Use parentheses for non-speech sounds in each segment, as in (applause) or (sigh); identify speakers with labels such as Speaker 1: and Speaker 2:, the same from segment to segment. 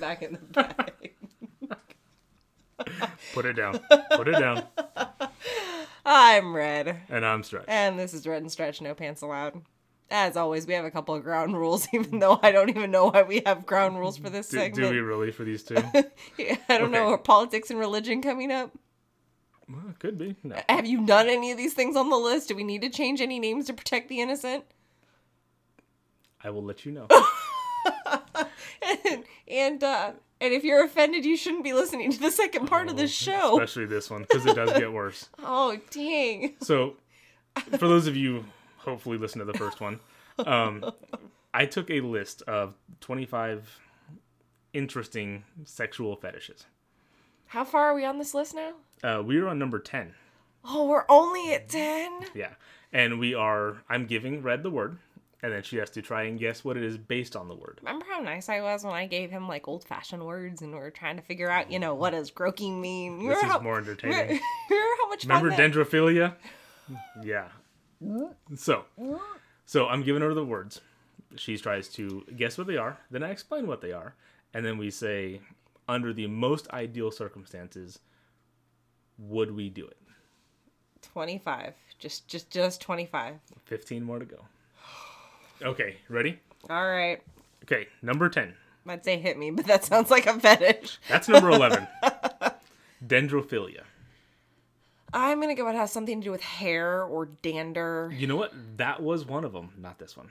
Speaker 1: back in the (laughs) bag.
Speaker 2: Put it
Speaker 1: (laughs)
Speaker 2: down. Put it down.
Speaker 1: I'm Red,
Speaker 2: And I'm Stretch.
Speaker 1: and this is Red and Stretch, No Pants Allowed. As always, we have a couple of ground rules, (laughs) even though I don't even know why we have ground rules for this
Speaker 2: Do, do
Speaker 1: segment.
Speaker 2: we really
Speaker 1: (laughs)
Speaker 2: for these two? Uh,
Speaker 1: I don't know.
Speaker 2: Okay.
Speaker 1: Are politics and religion coming up?
Speaker 2: well, could be.
Speaker 1: (laughs)
Speaker 2: No.
Speaker 1: Have you done any of these things on the list? Do we need to change any names to protect the innocent? (laughs)
Speaker 2: I will let you know.
Speaker 1: Oh. and and, uh, and if you're offended, you shouldn't be listening to the second part of this show.
Speaker 2: Oh, Especially this one, because it does get worse.
Speaker 1: Oh, dang.
Speaker 2: So, for those of you who hopefully listen to the first one, um, I took a list of 25 interesting sexual fetishes.
Speaker 1: How far are we on this list now?
Speaker 2: Uh, we are on number 10.
Speaker 1: Oh, we're only at 10?
Speaker 2: Yeah. And we are, I'm giving Red the word, and then she has to try and guess what it is based on the word.
Speaker 1: Remember how nice I was when I gave him like old fashioned words and we were trying to figure out, you know, what does groking mean? (laughs) Remember
Speaker 2: This is
Speaker 1: how,
Speaker 2: more entertaining.
Speaker 1: Remember how much fun
Speaker 2: Remember
Speaker 1: that-
Speaker 2: dendrophilia? Yeah. So, so I'm giving her the words. She tries to guess what they are. Then I explain what they are, and then we say, under the most ideal circumstances, would we do it?
Speaker 1: 25. Just just just 25.
Speaker 2: Fifteen more to go. Okay, ready?
Speaker 1: All right.
Speaker 2: Okay, number ten.
Speaker 1: I'd say hit me, but that (laughs) sounds like a fetish.
Speaker 2: That's number eleven. Dendrophilia.
Speaker 1: I'm going to go it has something to do with hair or dander.
Speaker 2: You know what? That was one of them. Not this one.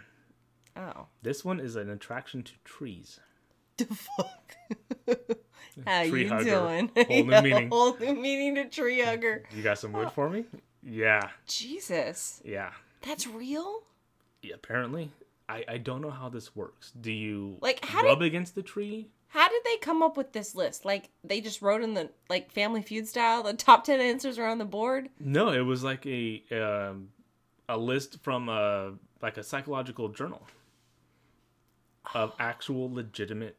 Speaker 1: Oh.
Speaker 2: This one is an attraction to trees.
Speaker 1: The fuck? (laughs) How
Speaker 2: Tree
Speaker 1: you
Speaker 2: hugger.
Speaker 1: doing? (laughs)
Speaker 2: Whole new meaning.
Speaker 1: Whole new meaning to tree hugger.
Speaker 2: You got some wood for me? Yeah,
Speaker 1: Jesus.
Speaker 2: yeah.
Speaker 1: That's real?
Speaker 2: Yeah, apparently. I, I don't know how this works. Do you
Speaker 1: Like, how
Speaker 2: rub against the tree?
Speaker 1: How did they come up with this list? Like they just wrote in the like Family Feud style, the top ten answers are on the board.
Speaker 2: No, it was like a um, a list from a like a psychological journal
Speaker 1: (sighs)
Speaker 2: of actual legitimate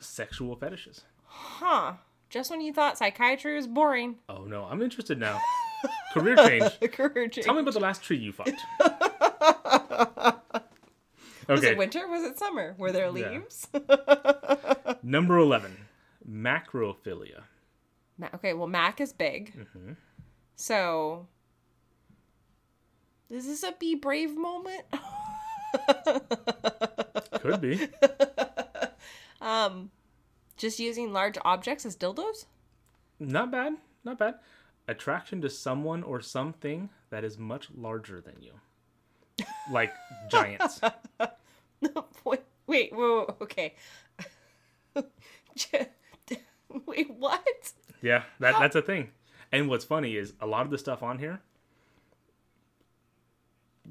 Speaker 2: sexual fetishes.
Speaker 1: Huh. Just when you thought psychiatry was boring. (laughs)
Speaker 2: Oh no, I'm interested now. Career change.
Speaker 1: Encouraging.
Speaker 2: Tell me about the last tree
Speaker 1: (laughs)
Speaker 2: you fucked.
Speaker 1: Was it
Speaker 2: Okay,
Speaker 1: winter? Was it summer? Were there leaves? (laughs)
Speaker 2: number eleven, macrophilia.
Speaker 1: Ma- okay, well Mac is big.
Speaker 2: Mm-hmm.
Speaker 1: So is this a be brave moment? (laughs)
Speaker 2: Could be.
Speaker 1: just using large objects as dildos? (laughs)
Speaker 2: Not bad. Not bad. Attraction to someone or something that is much larger than you.
Speaker 1: (laughs)
Speaker 2: Like giants.
Speaker 1: wait, wait, wait, wait, okay. (laughs) J- (laughs) wait, what?
Speaker 2: Yeah, that, that's a thing. And what's funny is a lot of the stuff on here,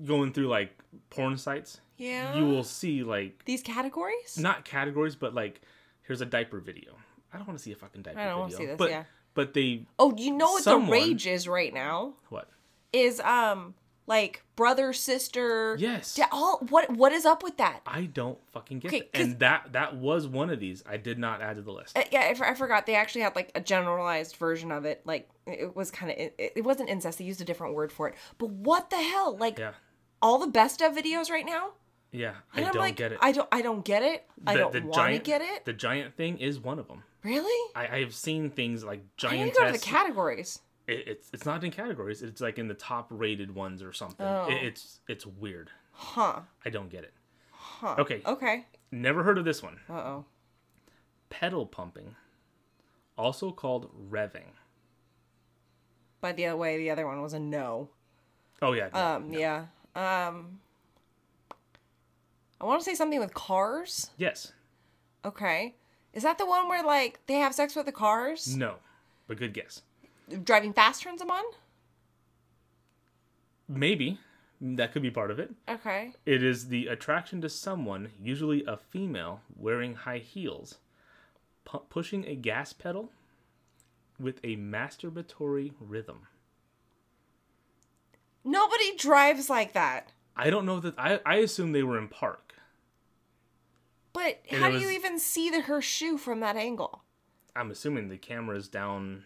Speaker 2: going through like porn sites,
Speaker 1: Yeah.
Speaker 2: you
Speaker 1: (gasps)
Speaker 2: will see like,
Speaker 1: These categories?
Speaker 2: not categories, but like, here's a diaper video. I don't want to see a fucking diaper
Speaker 1: I don't wanna
Speaker 2: video.
Speaker 1: see this,
Speaker 2: but,
Speaker 1: yeah.
Speaker 2: but they,
Speaker 1: Oh, you know what
Speaker 2: Someone-
Speaker 1: the rage is right now?
Speaker 2: what?
Speaker 1: Is um like brother, sister.
Speaker 2: Yes.
Speaker 1: da- all what what is up with that?
Speaker 2: I don't fucking get
Speaker 1: Okay,
Speaker 2: it.
Speaker 1: 'cause-
Speaker 2: And that that was one of these I did not add to the list.
Speaker 1: Uh, yeah, I, for- I forgot they actually had like a generalized version of it. Like it was kind of it, it wasn't incest. They used a different word for it. But what the hell? Like
Speaker 2: Yeah.
Speaker 1: all the best of videos right now.
Speaker 2: Yeah. I
Speaker 1: And
Speaker 2: don't
Speaker 1: am like,
Speaker 2: get it.
Speaker 1: I don't. I don't get it. I don't want to
Speaker 2: giant-
Speaker 1: get it.
Speaker 2: The giant thing is one of them.
Speaker 1: really?
Speaker 2: I, I have seen things like
Speaker 1: I need
Speaker 2: giant.
Speaker 1: to go to the categories.
Speaker 2: it, it's it's not in categories. It's like in the top rated ones or something.
Speaker 1: Oh.
Speaker 2: It- it's it's weird.
Speaker 1: Huh?
Speaker 2: I don't get it.
Speaker 1: Huh? Oh.
Speaker 2: Okay.
Speaker 1: Okay.
Speaker 2: Never heard of this one.
Speaker 1: Uh oh.
Speaker 2: Pedal pumping, also called revving.
Speaker 1: By the way, the other one was a no.
Speaker 2: Oh yeah. no.
Speaker 1: Um, yeah. Um, I want to say something with cars.
Speaker 2: yes.
Speaker 1: Okay. Is that the one where like they have sex with the cars?
Speaker 2: No. But good guess.
Speaker 1: Driving fast turns them on?
Speaker 2: Maybe that could be part of it.
Speaker 1: Okay.
Speaker 2: It is the attraction to someone, usually a female, wearing high heels, pu- pushing a gas pedal with a masturbatory rhythm.
Speaker 1: Nobody drives like that.
Speaker 2: I don't know that I, I assume they were in park.
Speaker 1: But
Speaker 2: And
Speaker 1: how
Speaker 2: it
Speaker 1: do you
Speaker 2: was-
Speaker 1: even see the, her shoe from that angle?
Speaker 2: I'm assuming the camera's down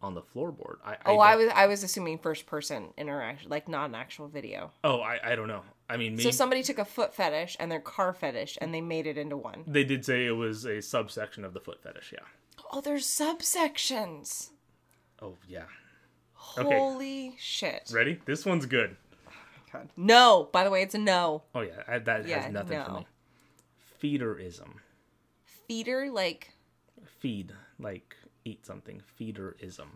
Speaker 2: on the floorboard. I, I
Speaker 1: Oh, I
Speaker 2: don't-
Speaker 1: was I was assuming first person interaction, like not an actual video.
Speaker 2: Oh, I, I don't know. I mean, me,
Speaker 1: So somebody took a foot fetish and their car fetish and they made it into one.
Speaker 2: they did say it was a subsection of the foot fetish. Yeah.
Speaker 1: Oh, there's subsections.
Speaker 2: Oh yeah. Okay.
Speaker 1: Holy shit.
Speaker 2: Ready? This one's good.
Speaker 1: God. No. By the way, it's a no.
Speaker 2: Oh yeah, I, that
Speaker 1: Yeah,
Speaker 2: has nothing for
Speaker 1: no.
Speaker 2: me. Feederism.
Speaker 1: Feeder, like
Speaker 2: Feed like eat something. Feederism.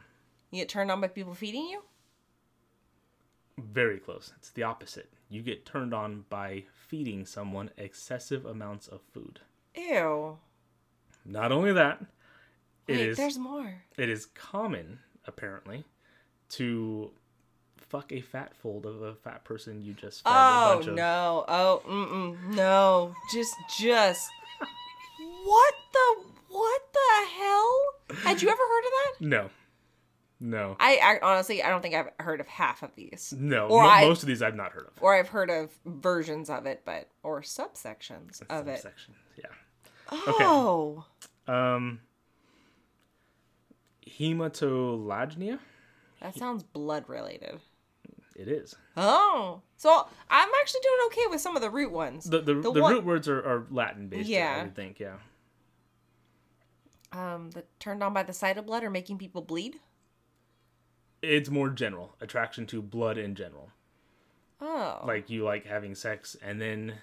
Speaker 1: you get turned on by people feeding you.
Speaker 2: Very close. It's the opposite. You get turned on by feeding someone excessive amounts of food.
Speaker 1: Ew.
Speaker 2: Not only that, it
Speaker 1: Wait,
Speaker 2: is
Speaker 1: there's more.
Speaker 2: it is common apparently to fuck a fat fold of a fat person you just fed a
Speaker 1: Oh
Speaker 2: bunch of
Speaker 1: no. Oh mm-mm. no. Just just. what the what the hell? Had you ever heard of that?
Speaker 2: No. No.
Speaker 1: I, I honestly I don't think I've heard of half of these.
Speaker 2: no.
Speaker 1: Or
Speaker 2: Mo-
Speaker 1: I-
Speaker 2: most of these I've not heard of.
Speaker 1: Or I've heard of versions of it, but or subsections of it.
Speaker 2: Subsection. Yeah.
Speaker 1: Oh.
Speaker 2: Um hematolagnia?
Speaker 1: That sounds blood related.
Speaker 2: It is.
Speaker 1: Oh. So I'm actually doing okay with some of the root ones.
Speaker 2: The the, the,
Speaker 1: one-
Speaker 2: root words are, are Latin based, yeah.
Speaker 1: Yeah.
Speaker 2: I would think, yeah.
Speaker 1: um the turned on by the sight of blood or making people bleed.
Speaker 2: It's more general. Attraction to blood in general.
Speaker 1: Oh.
Speaker 2: Like you like having sex and then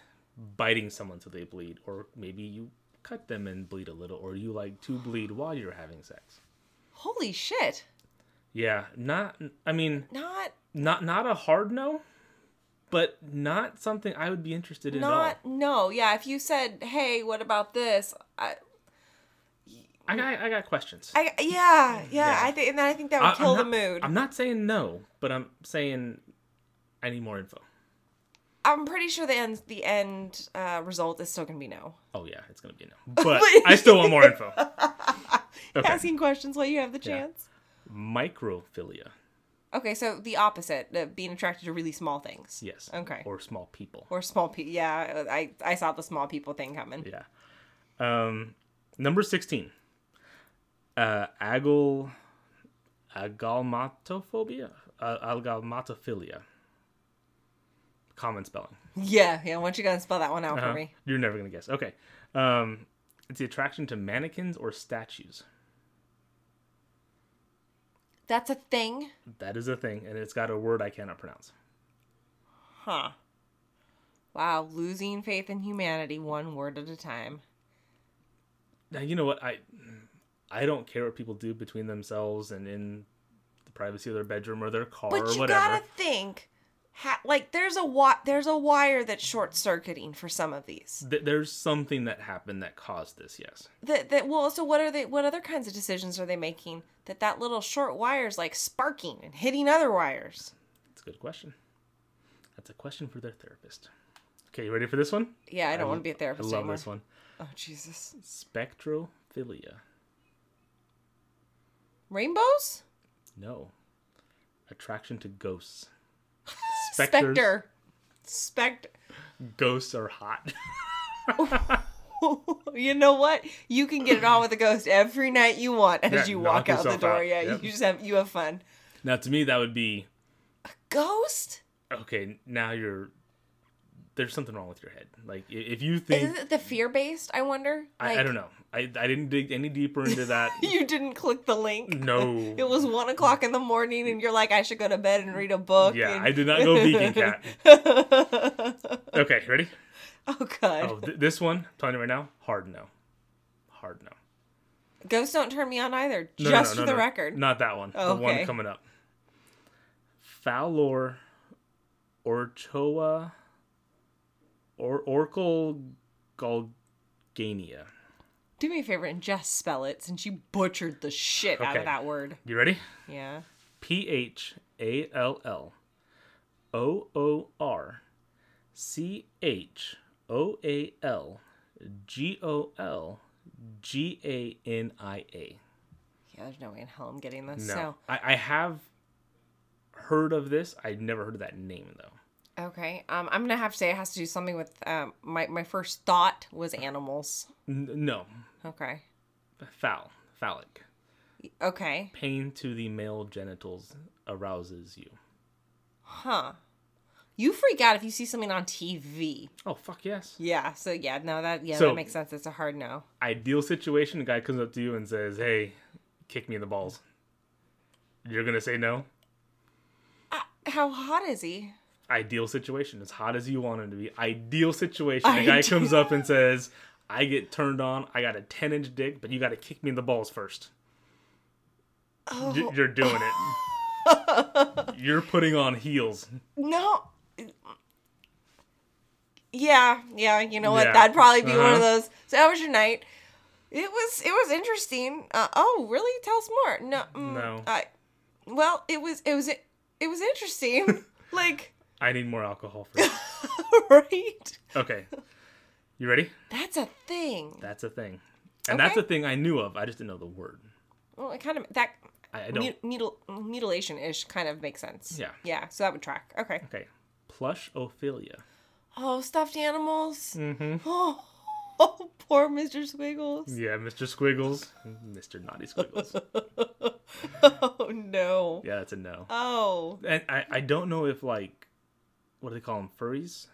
Speaker 2: biting someone so they bleed, or maybe you cut them and bleed a little, or you like to bleed while you're having sex.
Speaker 1: Holy shit.
Speaker 2: Yeah. Not I mean
Speaker 1: Not
Speaker 2: not not a hard no, but not something I would be interested in at all.
Speaker 1: not no. Yeah, if you said, "Hey, what about this?" I,
Speaker 2: I got I got questions.
Speaker 1: I yeah, yeah,
Speaker 2: Yeah.
Speaker 1: I think and I think that
Speaker 2: I-
Speaker 1: would
Speaker 2: I'm
Speaker 1: kill
Speaker 2: not-
Speaker 1: the mood.
Speaker 2: I'm
Speaker 1: I'm,
Speaker 2: not saying no, but I'm saying I need more info.
Speaker 1: pretty sure the end the end uh, result is still going to be no.
Speaker 2: Oh yeah, it's
Speaker 1: (laughs)
Speaker 2: gonna be a no. But I still want more info. Okay.
Speaker 1: Asking questions while you have the
Speaker 2: Yeah.
Speaker 1: chance.
Speaker 2: Microphilia.
Speaker 1: Okay, so the opposite, uh, being attracted to really small things.
Speaker 2: Yes.
Speaker 1: Okay. Or,
Speaker 2: Or small people.
Speaker 1: small people. Yeah, I I saw the small people thing coming.
Speaker 2: Yeah. Um, number sixteen. Uh, agal, agalmatophobia, uh, agalmatophilia. Common spelling.
Speaker 1: (laughs) Yeah, yeah. Once you gotta spell that one out
Speaker 2: Uh-huh.
Speaker 1: for me.
Speaker 2: You're never gonna guess. Okay. Um, it's the attraction to mannequins or statues.
Speaker 1: That's a thing,
Speaker 2: That is a thing, and it's got a word I cannot pronounce.
Speaker 1: huh? Wow, losing faith in humanity one word at a time.
Speaker 2: Now you know what I I don't care what people do between themselves and in the privacy of their bedroom or their car
Speaker 1: But
Speaker 2: or
Speaker 1: you
Speaker 2: whatever.
Speaker 1: gotta think, ha- like there's a wa- there's a wire that's short circuiting for some of these.
Speaker 2: Th- there's something that happened that caused this. Yes,
Speaker 1: That that well, so what are they? What other kinds of decisions are they making? That that little short wire's like sparking and hitting other wires.
Speaker 2: that's a good question. That's a question for their therapist. Okay, you ready for this one?
Speaker 1: Yeah, I don't
Speaker 2: I-
Speaker 1: want to be a
Speaker 2: I
Speaker 1: therapist
Speaker 2: love
Speaker 1: anymore.
Speaker 2: this one.
Speaker 1: Oh Jesus,
Speaker 2: Spectrophilia.
Speaker 1: rainbows,
Speaker 2: No, attraction to ghosts. Specters.
Speaker 1: specter, specter.
Speaker 2: Ghosts are hot.
Speaker 1: (laughs)
Speaker 2: (laughs)
Speaker 1: you know what? You can get it on with a ghost every night you want as
Speaker 2: Yeah,
Speaker 1: you
Speaker 2: knock
Speaker 1: walk out the
Speaker 2: yourself
Speaker 1: door.
Speaker 2: out.
Speaker 1: Yeah,
Speaker 2: Yep.
Speaker 1: you just have you have fun.
Speaker 2: now, to me, that would be
Speaker 1: Ghost?
Speaker 2: okay. Now you're there's something wrong with your head. Like i- if you think
Speaker 1: Is it the fear based? I wonder.
Speaker 2: I, I don't know. I, I didn't dig any deeper into
Speaker 1: (laughs)
Speaker 2: that.
Speaker 1: You didn't click the link.
Speaker 2: No.
Speaker 1: It was one o'clock in the morning, and you're like, I should go to bed and read a book.
Speaker 2: Yeah,
Speaker 1: and-
Speaker 2: I did not go vegan cat. Okay, ready?
Speaker 1: (laughs) oh god,
Speaker 2: Oh, th- this one, I'm telling you right now, hard no. Hard no.
Speaker 1: ghosts don't turn me on either.
Speaker 2: No, no,
Speaker 1: just for
Speaker 2: no, no,
Speaker 1: the
Speaker 2: no.
Speaker 1: record,
Speaker 2: Not that one.
Speaker 1: Oh,
Speaker 2: the one
Speaker 1: okay.
Speaker 2: coming up. Fowlor Orchoa or Orcal Galgania.
Speaker 1: do me a favor and just spell it, since you butchered the shit out
Speaker 2: Okay.
Speaker 1: of that word.
Speaker 2: You ready?
Speaker 1: Yeah.
Speaker 2: P H A L L O O R C H O A L G O L G A N I A.
Speaker 1: Yeah, there's no way in hell I'm getting this.
Speaker 2: No. I, I have heard of this. I've never heard of that name, though.
Speaker 1: So okay, um, I'm gonna have to say it has to do something with um, my my first thought was animals.
Speaker 2: N- no.
Speaker 1: Okay.
Speaker 2: Foul. Phallic.
Speaker 1: Okay.
Speaker 2: Pain to the male genitals arouses you.
Speaker 1: Huh. You freak out if you see something on TV.
Speaker 2: Oh fuck yes.
Speaker 1: Yeah. So yeah, no, that yeah,
Speaker 2: So-
Speaker 1: that makes sense. It's a hard no.
Speaker 2: Ideal situation: a guy comes up to you and says, "Hey, kick me in the balls." You're gonna say no.
Speaker 1: How hot is he?
Speaker 2: Ideal situation, as hot as you want him to be. Ideal situation: a guy
Speaker 1: Ideal.
Speaker 2: comes up and says, "I get turned on. I got a 10 inch dick, but you got to kick me in the balls first. Y- You're doing it. You're putting on heels.
Speaker 1: No. Yeah, yeah, you know what?
Speaker 2: Yeah.
Speaker 1: That'd probably be one
Speaker 2: Uh-huh.
Speaker 1: of those. So how was your night? It was it was interesting. Uh, oh, really? Tell us more. No, mm,
Speaker 2: No.
Speaker 1: I, well, it was it was it was
Speaker 2: (laughs)
Speaker 1: interesting. (laughs) like,
Speaker 2: I need more alcohol for that.
Speaker 1: right?
Speaker 2: Okay, you ready?
Speaker 1: That's a thing.
Speaker 2: That's a thing, and that's a
Speaker 1: Okay.
Speaker 2: thing I knew of. I just didn't know the word.
Speaker 1: Well, it kind of that
Speaker 2: I, I don't.
Speaker 1: mu- mutil, mutilation ish kind of makes sense.
Speaker 2: Yeah.
Speaker 1: Yeah. So that would track. Okay.
Speaker 2: Okay. Plush Ophelia.
Speaker 1: Oh, stuffed animals. Mm-hmm. (laughs) Oh, oh, poor Mr. Squiggles.
Speaker 2: Yeah, Mr. Squiggles. Mr. Naughty Squiggles.
Speaker 1: (laughs) Oh no.
Speaker 2: Mm. yeah, that's a no.
Speaker 1: Oh.
Speaker 2: And I, I don't know if, like, what do they call them? Furries?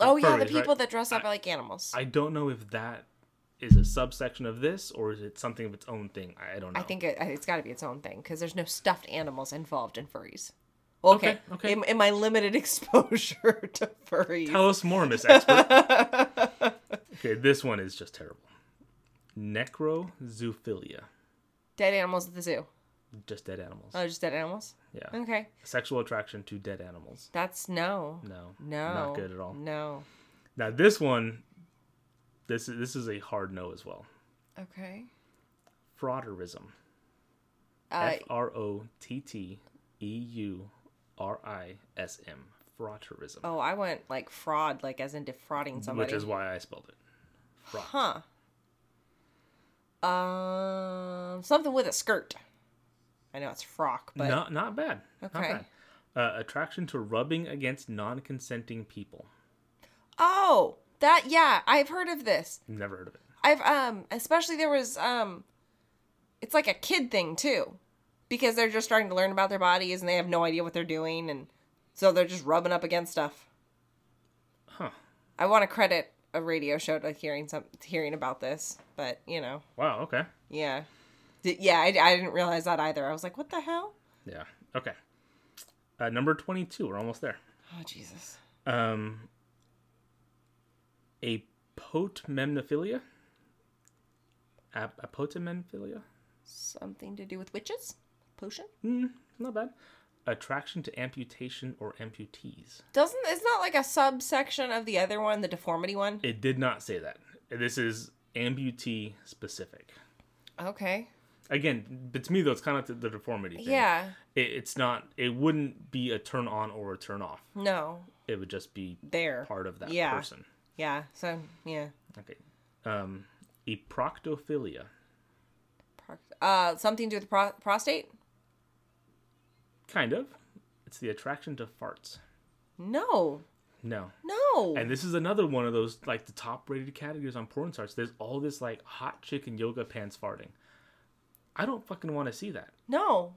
Speaker 1: Oh yeah, the
Speaker 2: furries,
Speaker 1: people
Speaker 2: right?
Speaker 1: that dress up like animals. I,
Speaker 2: I don't know if that is a subsection of this or is it something of its own thing. I, I don't know.
Speaker 1: think it, it's got to be its own thing because there's no stuffed animals involved in furries. Okay.
Speaker 2: Okay, okay.
Speaker 1: In, in my limited (laughs) exposure to furries.
Speaker 2: Tell us
Speaker 1: (laughs)
Speaker 2: more, Miss Expert. okay, this one is just terrible. Necrozoophilia.
Speaker 1: Dead animals at the zoo.
Speaker 2: Just dead animals.
Speaker 1: Oh, just dead animals.
Speaker 2: yeah.
Speaker 1: Okay.
Speaker 2: Sexual attraction to dead animals.
Speaker 1: That's no.
Speaker 2: No.
Speaker 1: No.
Speaker 2: Not good at all.
Speaker 1: No.
Speaker 2: Now this one, this is this is a hard no as well.
Speaker 1: Okay.
Speaker 2: Frauderism.
Speaker 1: Uh,
Speaker 2: F R O T T E U R I S M. Frauderism,
Speaker 1: oh, I went like fraud, like as in defrauding somebody.
Speaker 2: which is why I spelled it. Fraud.
Speaker 1: Huh. Um, something with a skirt. I know it's frock, but
Speaker 2: not not bad. Not
Speaker 1: Okay.
Speaker 2: bad. Uh, attraction to rubbing against non-consenting people.
Speaker 1: oh, that yeah, I've heard of this.
Speaker 2: Never heard of it.
Speaker 1: I've um, especially there was um, it's like a kid thing too, because they're just starting to learn about their bodies and they have no idea what they're doing, and so they're just rubbing up against stuff.
Speaker 2: Huh.
Speaker 1: I want to credit a radio show to hearing some hearing about this, but you know,
Speaker 2: Wow. Okay.
Speaker 1: yeah, D- yeah, I, I didn't realize that either. I was like, what the hell?
Speaker 2: Yeah. Okay. Uh, number twenty-two. We're almost there.
Speaker 1: Oh Jesus.
Speaker 2: Um. A potemnophilia. A, a potemnophilia.
Speaker 1: Something to do with witches? Potion?
Speaker 2: Mm, not bad. Attraction to amputation or amputees.
Speaker 1: Doesn't it's not like a subsection of the other one, the deformity one?
Speaker 2: It did not say that. This is amputee specific.
Speaker 1: Okay.
Speaker 2: Again, but to me though, it's kind of the, the deformity. Thing.
Speaker 1: Yeah.
Speaker 2: It, it's not. It wouldn't be a turn on or a turn off.
Speaker 1: No.
Speaker 2: It would just be
Speaker 1: There.
Speaker 2: part of that
Speaker 1: Yeah.
Speaker 2: person.
Speaker 1: Yeah. So yeah.
Speaker 2: Okay. Um, eproctophilia.
Speaker 1: Pro- Uh, something to do with pro- prostate?
Speaker 2: Kind of. It's the attraction to farts.
Speaker 1: No.
Speaker 2: No.
Speaker 1: No.
Speaker 2: And this is another one of those like the top rated categories on porn stars. There's all this like hot chick in yoga pants farting. I don't fucking want to see that.
Speaker 1: no.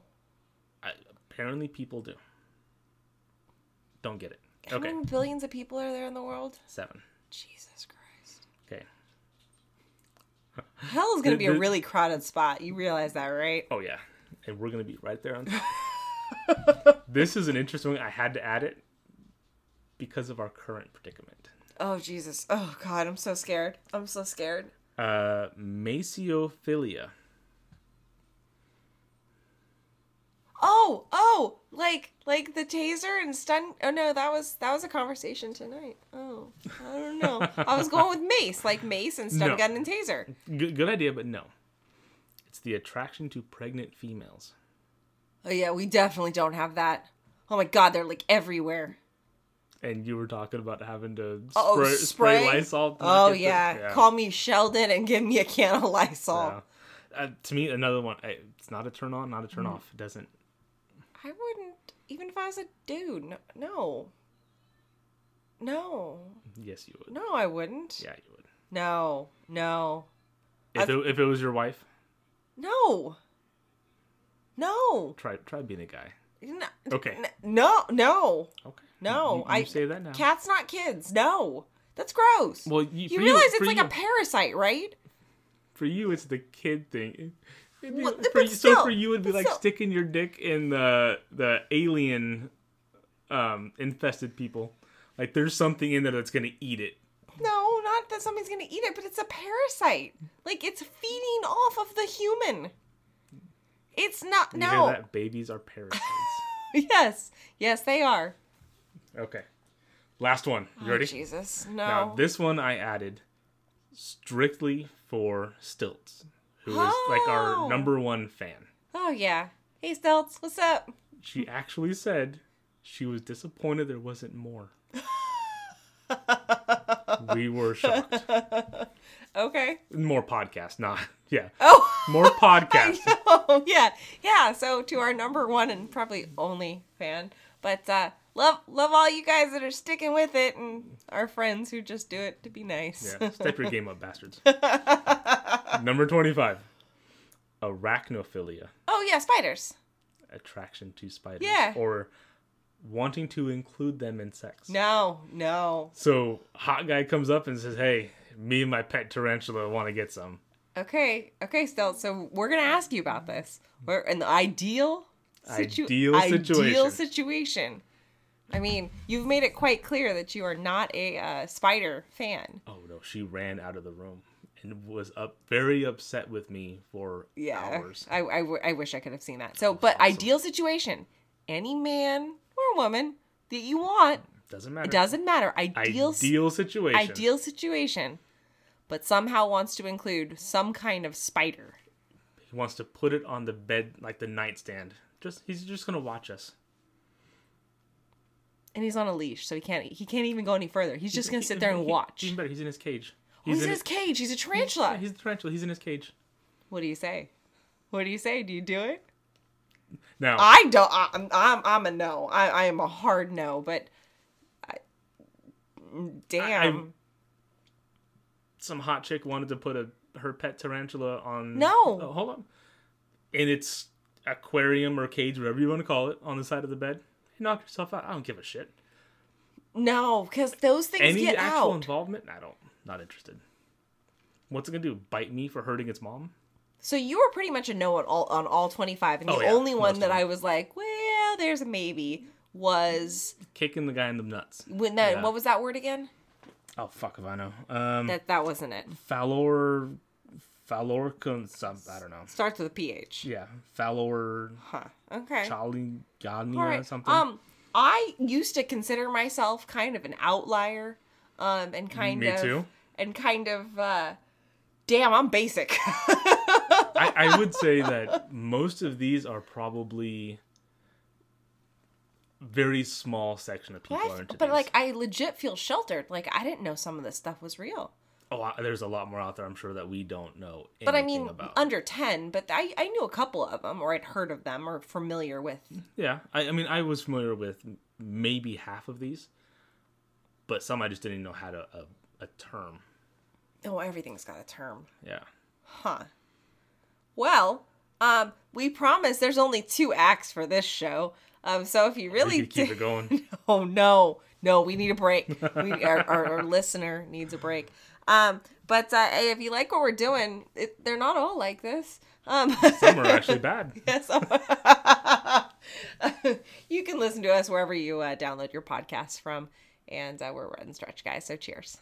Speaker 2: I, apparently people do. Don't get it.
Speaker 1: How
Speaker 2: Okay.
Speaker 1: many billions of people are there in the world?
Speaker 2: Seven.
Speaker 1: Jesus Christ.
Speaker 2: Okay.
Speaker 1: Hell is gonna be a
Speaker 2: The- the-
Speaker 1: really crowded spot. You realize that, right?
Speaker 2: Oh yeah. And we're gonna be right there on This is an interesting one. I had to add it because of our current predicament.
Speaker 1: Oh Jesus. Oh God, I'm so scared. I'm so scared.
Speaker 2: Uh Maciophilia.
Speaker 1: Oh, oh, like like the taser and stun. Oh no, that was that was a conversation tonight. Oh, I don't know. I was going with mace, like mace and stun
Speaker 2: No.
Speaker 1: gun and taser.
Speaker 2: Good, good idea, but no. It's the attraction to pregnant females.
Speaker 1: Oh yeah, we definitely don't have that. Oh my god, they're like everywhere.
Speaker 2: And you were talking about having to spray,
Speaker 1: Oh,
Speaker 2: spray?
Speaker 1: spray?
Speaker 2: Lysol. to not
Speaker 1: Oh
Speaker 2: get the-
Speaker 1: yeah. call me Sheldon and give me a can of Lysol.
Speaker 2: Yeah. Uh, to me, another one. I, it's not a turn on, not a
Speaker 1: Mm.
Speaker 2: turn off. It doesn't.
Speaker 1: I wouldn't, even if I was a dude. No, no, no,
Speaker 2: Yes, you would.
Speaker 1: no I wouldn't.
Speaker 2: Yeah, you would.
Speaker 1: No, no,
Speaker 2: If it, if it was your wife,
Speaker 1: no, no.
Speaker 2: try try being a guy.
Speaker 1: N-
Speaker 2: Okay.
Speaker 1: n- No, no.
Speaker 2: Okay.
Speaker 1: No,
Speaker 2: You- you
Speaker 1: I
Speaker 2: say that now.
Speaker 1: Cats not kids. No, that's gross.
Speaker 2: Well, you,
Speaker 1: you
Speaker 2: for
Speaker 1: realize
Speaker 2: for
Speaker 1: it's like
Speaker 2: you,
Speaker 1: a parasite, right?
Speaker 2: for you it's the kid thing. It'd be-
Speaker 1: Well,
Speaker 2: for
Speaker 1: but
Speaker 2: you- so
Speaker 1: still-
Speaker 2: for you it'd be
Speaker 1: but
Speaker 2: like
Speaker 1: still-
Speaker 2: sticking your dick in the the alien um infested people. Like there's something in there that's gonna eat it.
Speaker 1: No, not that somebody's gonna eat it, but it's a parasite. Like it's feeding off of the human. It's not.
Speaker 2: You hear
Speaker 1: No.
Speaker 2: that? Babies are parasites.
Speaker 1: (laughs) Yes. Yes, they are.
Speaker 2: okay. Last one. You ready?
Speaker 1: Oh, Jesus.
Speaker 2: Now
Speaker 1: No.
Speaker 2: this one I added strictly for Stilts, who is like
Speaker 1: Oh.
Speaker 2: our number one fan.
Speaker 1: Oh yeah. Hey Stelts, what's up?
Speaker 2: She actually said she was disappointed there wasn't more.
Speaker 1: (laughs)
Speaker 2: we were shocked.
Speaker 1: Okay.
Speaker 2: More podcast, not (laughs) yeah.
Speaker 1: Oh. (laughs)
Speaker 2: More podcast.
Speaker 1: oh yeah, yeah. So to our number one and probably only fan, but uh, love love all you guys that are sticking with it and our friends who just do it to be nice.
Speaker 2: Yeah, step your game up, bastards. Number twenty-five. Arachnophilia,
Speaker 1: (laughs) oh yeah, spiders.
Speaker 2: attraction to spiders,
Speaker 1: Yeah.
Speaker 2: or wanting to include them in sex.
Speaker 1: No, no.
Speaker 2: So hot guy comes up and says, "Hey, me and my pet tarantula want to get some."
Speaker 1: Okay, okay, Stelt. So we're gonna ask you about this. We're in the ideal situ-
Speaker 2: Ideal
Speaker 1: Ideal
Speaker 2: situation.
Speaker 1: situation. I mean, you've made it quite clear that you are not a uh, spider fan.
Speaker 2: Oh no, she ran out of the room and was up very upset with me for
Speaker 1: yeah
Speaker 2: hours.
Speaker 1: I, I w- I wish i could have seen that so but ideal situation any man or woman that you want
Speaker 2: Doesn't matter.
Speaker 1: it doesn't matter ideal s-
Speaker 2: Ideal situation.
Speaker 1: ideal situation but somehow wants to include some kind of spider
Speaker 2: He wants to put it on the bed, like the nightstand. Just he's just gonna watch us.
Speaker 1: and he's on a leash so he can't he can't even go any further he's just gonna sit there and watch
Speaker 2: Even better, he's in his cage.
Speaker 1: he's, in his cage he's a tarantula
Speaker 2: Yeah, he's the tarantula. He's in his cage.
Speaker 1: what do you say what do you say do you do it
Speaker 2: Now,
Speaker 1: I don't. I, I'm, I'm. I'm a no. I, I am a hard no. But, I, damn.
Speaker 2: some hot chick wanted to put a her pet tarantula on.
Speaker 1: No.
Speaker 2: Oh, hold on. In its aquarium or cage, whatever you want to call it, on the side of the bed. Knock yourself out. I don't give a shit.
Speaker 1: no, because those things
Speaker 2: Any
Speaker 1: get
Speaker 2: actual
Speaker 1: out.
Speaker 2: involvement? I don't. Not interested. What's it gonna do? Bite me for hurting its mom?
Speaker 1: So you were pretty much a no on all on all 25, and the
Speaker 2: Oh, yeah,
Speaker 1: only
Speaker 2: most
Speaker 1: one
Speaker 2: of
Speaker 1: that
Speaker 2: them.
Speaker 1: I was like, well, there's a maybe was
Speaker 2: Kicking the guy in the nuts.
Speaker 1: when that.
Speaker 2: Yeah.
Speaker 1: What was that word again?
Speaker 2: Oh fuck if I know. Um,
Speaker 1: That that wasn't it.
Speaker 2: Falor, Falorcon. Some I don't know.
Speaker 1: Starts with a ph.
Speaker 2: Yeah, Falor
Speaker 1: Huh. Okay.
Speaker 2: Chaligani
Speaker 1: All
Speaker 2: or
Speaker 1: right.
Speaker 2: something.
Speaker 1: Um, I used to consider myself kind of an outlier, um, and kind
Speaker 2: Me
Speaker 1: of
Speaker 2: too.
Speaker 1: and kind of uh, damn, I'm basic. (laughs)
Speaker 2: I, I would say that most of these are probably very small section of people are into
Speaker 1: but
Speaker 2: these.
Speaker 1: like, I legit feel sheltered. Like, I didn't know some of this stuff was real.
Speaker 2: oh, I- there's a lot more out there. I'm sure that we don't know. Anything
Speaker 1: But I mean,
Speaker 2: about.
Speaker 1: under ten. But I I knew a couple of them, or I'd heard of them, or familiar with.
Speaker 2: yeah, I, I mean, I was familiar with maybe half of these, but some I just didn't know how to a, a term.
Speaker 1: Oh, everything's got a term,
Speaker 2: Yeah.
Speaker 1: huh? Well, um, we promise there's only two acts for this show. Um, so if you really
Speaker 2: We could (laughs) keep
Speaker 1: did-
Speaker 2: it going.
Speaker 1: (laughs) Oh no, no, we need a break. We, our, our, our listener needs a break. Um, but uh, hey, if you like what we're doing, it, they're not all like this. Um,
Speaker 2: Some are
Speaker 1: (laughs)
Speaker 2: actually bad.
Speaker 1: so- you can listen to us wherever you uh, download your podcast from, and uh, we're Red and Stretch guys. So cheers.